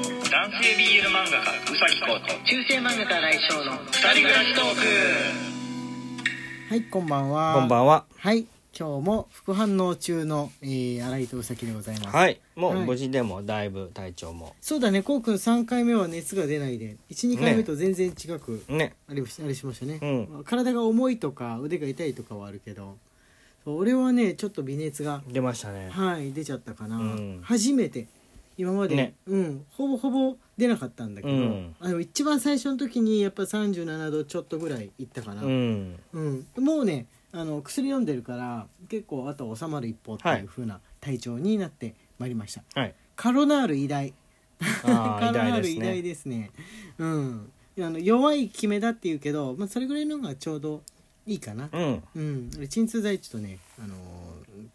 系 BL 漫画家うさぎこと中世漫画家来翔の二人暮らしトークはいこんばんはこんばんは。はい今日も副反応中の、えー、新井とうさきでございます、はい。もはうい無事でもだいぶ体調もそうだねこうくん3回目は熱が出ないで12回目と全然違く、ね。あれあれしましたね、うん体が重いとか腕が痛いとかはあるけどそう俺はねちょっと微熱が出ましたね。はい出ちゃったかな、うん初めて今まで、ねうん、ほぼほぼ出なかったんだけど、うんあの一番最初の時にやっぱ37度ちょっとぐらいいったかな、うん。うんもうねあの薬飲んでるから結構あとは収まる一方ってはいいう風な体調になってまいりました、はい。カロナール偉大ああ、 カ偉ロナー大ルです偉大ね。ですねうんあの弱い決めだっていうけど、まあ、それぐらいのがちょうどいいかなうん。うん、鎮痛剤ちょっとね、あのー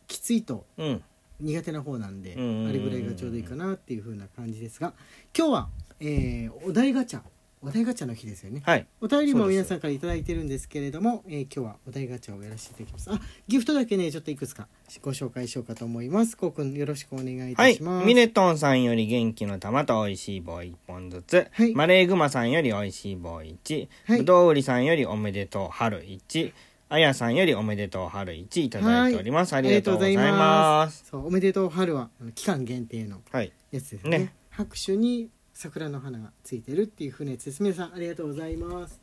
きついとうん。苦手な方なんで、うんうんうんうんあれぐらいがちょうどいいかなっていう風な感じですが今日は、えーお題ガチャお題ガチャの日ですよねはい。お便りもそうです皆さんから頂いただいてるんですけれども、えー今日はお題ガチャをやらせていただきますあギフトだけねちょっといくつかご紹介しようかと思いますこうくんよろしくお願いいはたいし。ます、ミネトンさんより元気の玉と美味しい棒一本ずつ。はいマレーグマさんより美味しい棒一。はいぶどう売りさんよりおめでとう春一。あやさんよりおめでとう春一いただいております。ありがとうございありがとうございま。ますそうおめでとう春はあの期間限定のはい。やつですねね拍手に桜の花がついてるっていう風なやつです皆さんありがとうございます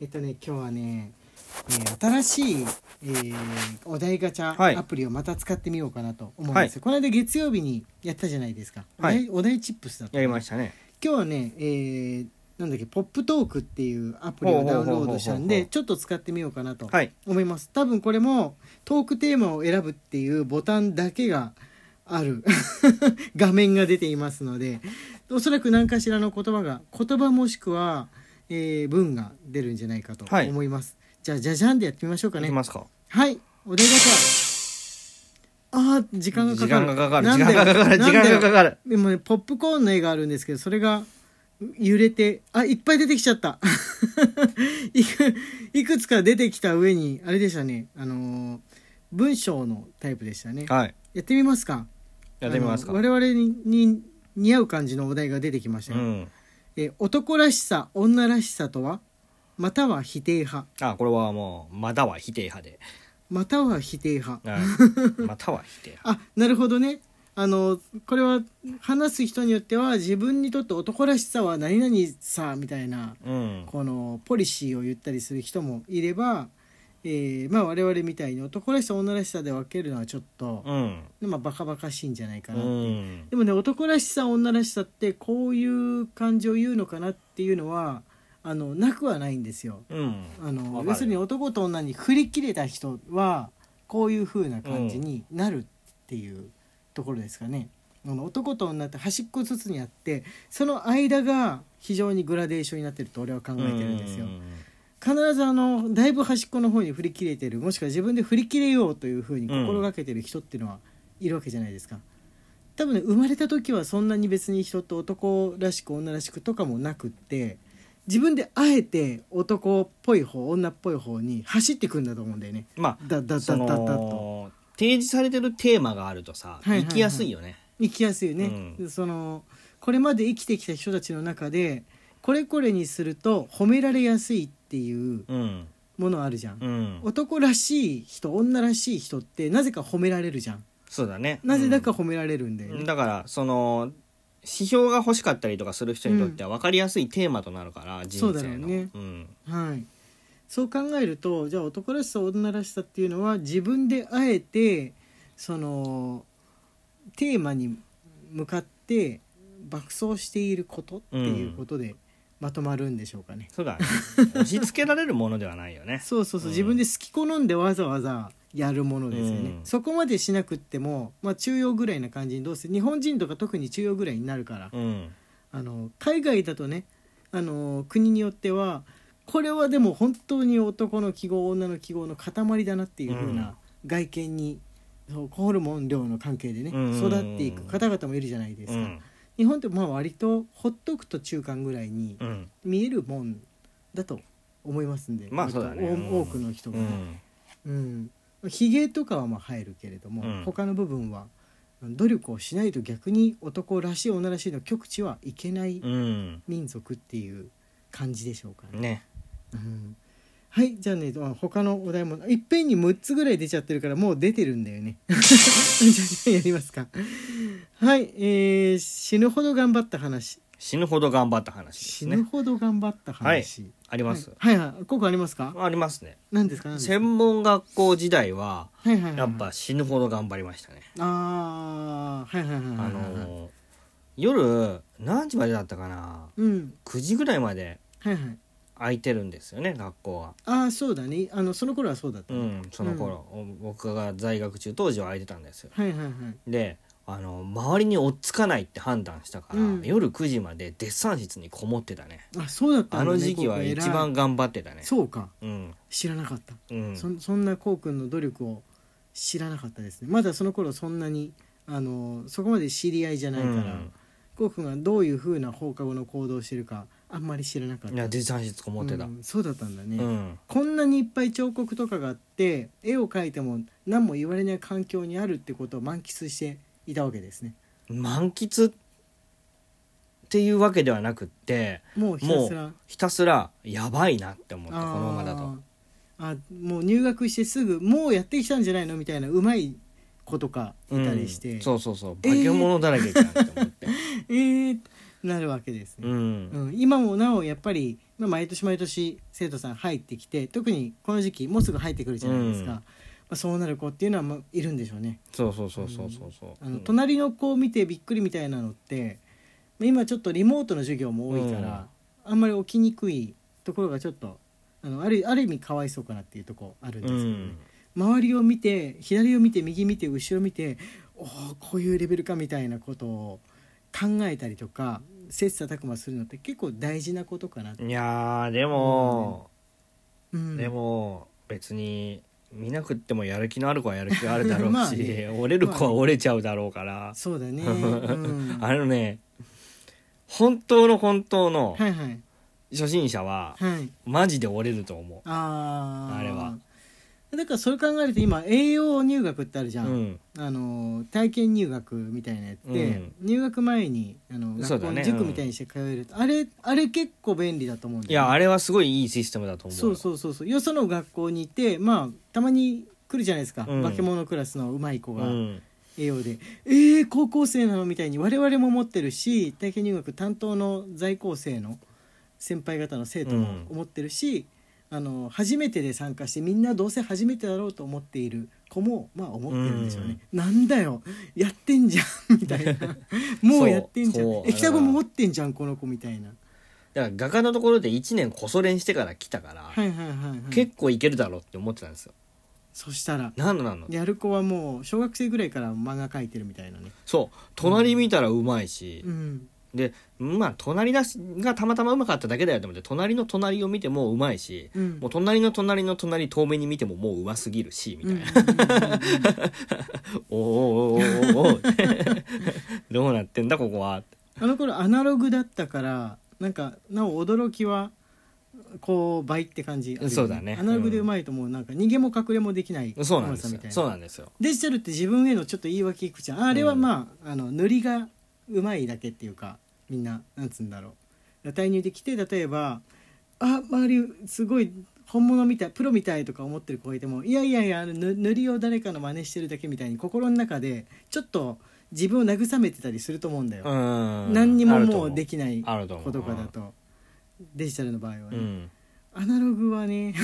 えっとね今日はね、えー新しい、えーお題ガチはいャアプリをまた使ってみようかなと思うんですよ、この間月曜日にやったじゃないですか、お題はいお題チップスだったやりましたね。今日はね、えーなんだっけポップトークっていうアプリをダウンロードしたんほうほうほうほうほでうちょっと使ってみようかなとはい思います、多分これもトークテーマを選ぶっていうボタンだけがある 画面が出ていますのでおそらく何かしらの言葉が言葉もしくは、えー文が出るんじゃないかとはい思います、じゃあじゃじゃんでやってみましょうかいねきますか。はいお出かけあー時間がか時かる間がかかる。な時んだ間よがかかる。な時んだよ間がかかる。でもね、ポップコーンの絵があるんですけど、それが揺れて、あ、いっぱい出てきちゃった。 いく、いくつか出てきた上に、あれでしたね、あのー文章のタイプでしたね。はい。やってみますか。やってみますかあ。の我々にに似合う感じのお題が出てきましたうよ、ん。え男らしさ、女らしさとは、または否定派。あこれはもうまだは否定派で、または否定派。 はいまたは否定派あなるほどねあのこれは話す人によっては自分にとって男らしさは何々さみたいなうんこのポリシーを言ったりする人もいれば、えーまあ、我々みたいに男らしさ女らしさで分けるのはちょっと、うんまあ、バカバカしいんじゃないかうなっていう、んでもね男らしさ女らしさってこういう感じを言うのかなっていうのはあのなくはないんですよ。うんあのわかる要するに男と女に振り切れた人はこういう風な感じになるっていうところですかね。あの男と女って端っこずつにあってその間が非常にグラデーションになってると俺は考えてるんですよう。ん必ずあのだいぶ端っこの方に振り切れてるもしくは自分で振り切れようという風に心がけてる人っていうのはいるわけじゃないですか。多分ね生まれた時はそんなに別に人と男らしく女らしくとかもなくって自分であえて男っぽい方女っぽい方に走ってくんだと思うんだよね。まあだだだそだだとの提示されてるテーマがあるとさいはいはい行きやすいよね生きやすいよね、うそのこれまで生きてきた人たちの中でこれこれにすると褒められやすいっていううんものあるじゃんう。ん男らしい人女らしい人ってなぜか褒められるじゃんそうだねなぜだかう褒められるんだよね、んだからその指標が欲しかったりとかする人にとっては分かりやすいテーマとなるから人そうだ生ろうのねうんはい、そう考えるとじゃあ男らしさ女らしさっていうのは自分であえてそのテーマに向かって爆走していることっていうことでまとまるんでしょうかね、そ うだね押し付けられるものではないよねそうそうそう、うん自分で好き好んでわざわざやるものですよね、うんそこまでしなくっても、まあ、中央ぐらいな感じにどうせ日本人とか特に中央ぐらいになるから、うんあの海外だとねあの国によってはこれはでも本当に男の記号女の記号の塊だなっていう風な外見に、そうホルモン量の関係でね、うんうんうん育っていく方々もいるじゃないですうか、ん日本ってまあ割とほっとくと中間ぐらいにうん見えるもんだと思いますんで、まあそうだね割とうん多多くの人うがねんうんひげとかはまあ生えるけれども、うん他の部分は努力をしないと逆に男らしい女らしいの極致はいけないうん民族っていう感じでしょうかね。ねうんはいじゃあねあ他のお題もいっぺんに6つぐらい出ちゃってるからもう出てるんだよね。 じゃあじゃあやりますか。はい、えー死ぬほど頑張った話死ぬほど頑張った話で死すぬねほど頑張った話。はいあります、はいはいここありますかありますね何ですか何ですか専門学校時代ははいはいはいやっぱ死ぬほど頑張りましたね、ああはいはいはいはいはいあのー夜何時までだったかなうん9時ぐらいまではいはい空いてるんですよね学校はああそうだねあのその頃はそうだった、うはいんその頃、僕が在学中当時は空いてたんですよはいはいであの周りに追っつかないって判断したから、うん夜9時までデッサン室にこもってたねあそうだったあんだねの時期はこう一偉い番頑張ってたねそうかうん知らなかった、うんそん、そんなこうくんの努力を知らなかったですねまだその頃そんなにあのそこまで知り合いじゃないから、うんこうくんがどういうふうな放課後の行動をしてるかあんまり知らなかったいやデッサン室こもってたううん、んそうだったんだね、こんなにいっぱい彫刻とかがあって絵を描いても何も言われない環境にあるってことを満喫していたわけですね満喫っていうわけではなくってもうひたすらひたすらやばいなって思ってこあーのままだとあもう入学してすぐもうやってきたんじゃないのみたいなうまい子とかいたりして、うんそうそうそうえー化け物だらけじゃんって思って、えーなるわけですうね、んうん今もなおやっぱり、まあ、毎年毎年生徒さん入ってきて特にこの時期もうすぐ入ってくるじゃないですか、うんまあ、そうなる子っていうのはまあいるんでしょうねそうそうそうそうそうそうあの隣の子を見てびっくりみたいなのってまあ今ちょっとリモートの授業も多いから、あんまり起きにくいところがちょっとあのあるある意味かわいそうかなっていうとこあるんですうけどね、ん周りを見て左を見て右見て後ろ見ておおこういうレベルかみたいなことを考えたりとか切磋琢磨するのって結構大事なことかなって、いやーでも、うん、でも別に見なくってもやる気のある子はやる気があるだろうし、まあね折れる子は折れちゃうだろうから、そう だね、うん、あのね本当の本当のはいはい初心者ははいマジで折れると思あーあれはだからそれ考えると今栄養入学ってあるじう、ゃ、うんん、あの体験入学みたいなやつで、うん入学前にあのそう学だ校ねに塾みたいにして通える、あれあれ結構便利だと思うんだよねいやあれはすごいいいシステムだと思うそうそうそうそうよその学校にいてまあたまに来るじゃないですか、うん化け物クラスのうまい子うがん、栄養で、えー、高校生なのみたいに我々も思ってるし体験入学担当の在校生の先輩方の生徒も思ってるし、あの初めてで参加してみんなどうせ初めてだろうと思っている子もまあ思ってるんでしょうね、なんだよやってんじゃんみた いなもうやってんじゃんそうそうえ北子も持ってんじゃんこの子みたいなだから画家のところで1年こそ練してから来たから、はいはいはい、はい、結構いけるだろうって思ってたんですよそしたらなのなのやる子はもう小学生ぐらいから漫画描いてるみたいなねそう隣見たらうまいし、うんでまあ隣だしがたまたまうまかっただけだよと思って隣の隣を見てもうまいし、うんもう隣の隣の隣遠目に見てももううますぎるしみたいな、お おーおーおー おーどうなってんだここはあの頃アナログだったからなんかなお驚きはこう倍って感じあるよそうだねアナログでうまいともうなんか逃げも隠れもできないそうなんでうまさすよみたいそうなんですよデジタルって自分へのちょっと言い訳いくじゃんああれはまあ,、あの塗りがうまいだけっていうかみんななんつうんだろう代入できて例えばあ周りすごい本物みたいプロみたいとか思ってる子がいてもいやいやいやあのぬ塗りを誰かの真似してるだけみたいに心の中でちょっと自分を慰めてたりすると思うんだよ、うん何にもあるとも思うできないあると思子うとかだとデジタルの場合はね、うんアナログはね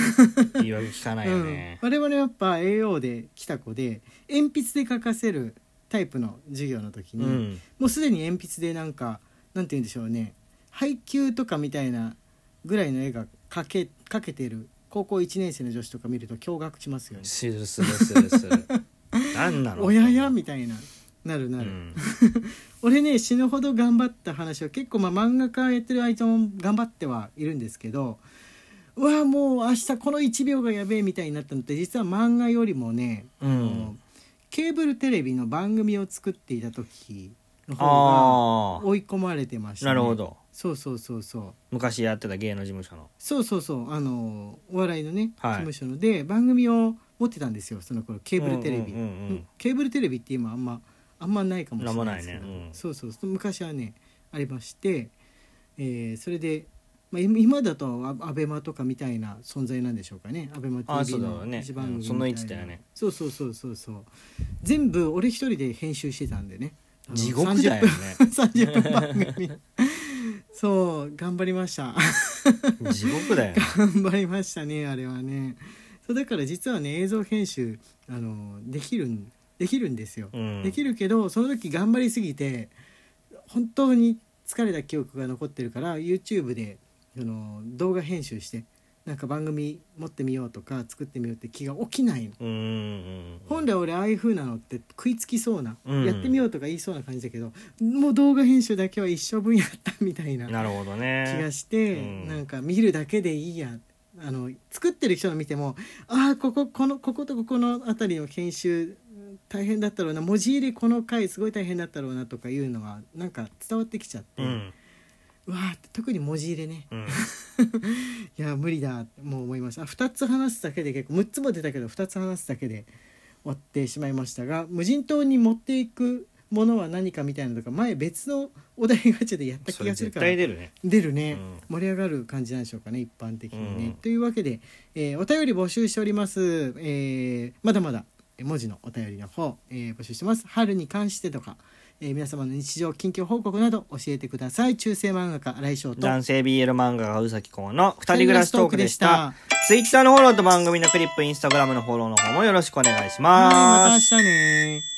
言い訳聞かないよね、うん、我々やっぱ AO で来た子で鉛筆で書かせるタイプの授業の時うに、んもうすでに鉛筆でなんかなんて言うんでしょうね配給とかみたいなぐらいの絵が描け描けてる高校1年生の女子とか見ると驚愕しますよね。するするするする何なのおややみたいななるなる、うん俺ね死ぬほど頑張った話は結構まあ漫画家やってる間も頑張ってはいるんですけどうわもう明日この1秒がやべえみたいになったのって実は漫画よりもね、うんあのケーブルテレビの番組を作っていた時の方あが追い込まれてました、あね、なるほどそうそうそうそう昔やってた芸能事務所のそうそうそうあのお笑いのね、はい事務所ので番組を持ってたんですよその頃ケーブルテレビ、うんうんうんうんケーブルテレビって今あんまあんまないかもしれないですけどなんもないねうんそうそうそう昔はねありまして、えーそれで、まあ、今今だとアアベマとかみたいな存在なんでしょうかねアベマあ TV そうだのね一番組みたいなうんその位置だよねそうそうそうそうそう全部俺一人で編集してたんでねあの地獄だ よね30分 ,30 分番組そう頑張りました地獄だよね頑張りましたねあれはねそうだから実はね映像編集あのできるんできるんですよ、う んできるけどその時頑張りすぎて本当に疲れた記憶が残ってるから YouTube であの動画編集してなんか番組持ってみようとか作ってみようって気が起きないのうんうん本来俺ああいう風なのって食いつきそうな、うんやってみようとか言いそうな感じだけどもう動画編集だけは一生分やったみたいななるほどね気がして、うんなんか見るだけでいいやあの作ってる人の見てもああこここのこことここの辺りの研修大変だったろうな文字入りこの回すごい大変だったろうなとかいうのはなんか伝わってきちゃって、ううんわーって特に文字入れねうん いや無理だってもう思いました2つ話すだけで結構6つも出たけど2つ話すだけで終わってしまいましたが無人島に持っていくものは何かみたいなのとか前別のお題ガチャでやったそ気れがする絶から対出るね出るね、う盛り上がる感じなんでしょうかね一般的にね。うんというわけで、えーお便り募集しております、えーまだまだえー文字のお便りの方、えー募集してます春に関してとか、えー皆様の日常近況報告など教えてください中世漫画家新井翔と男性 BL 漫画がうさきこうの二人暮らしトークでした二人暮らしトークで Twitter のフォローと番組のクリップインスタグラムのフォローの方もよろしくお願いしはいまたま明す日ね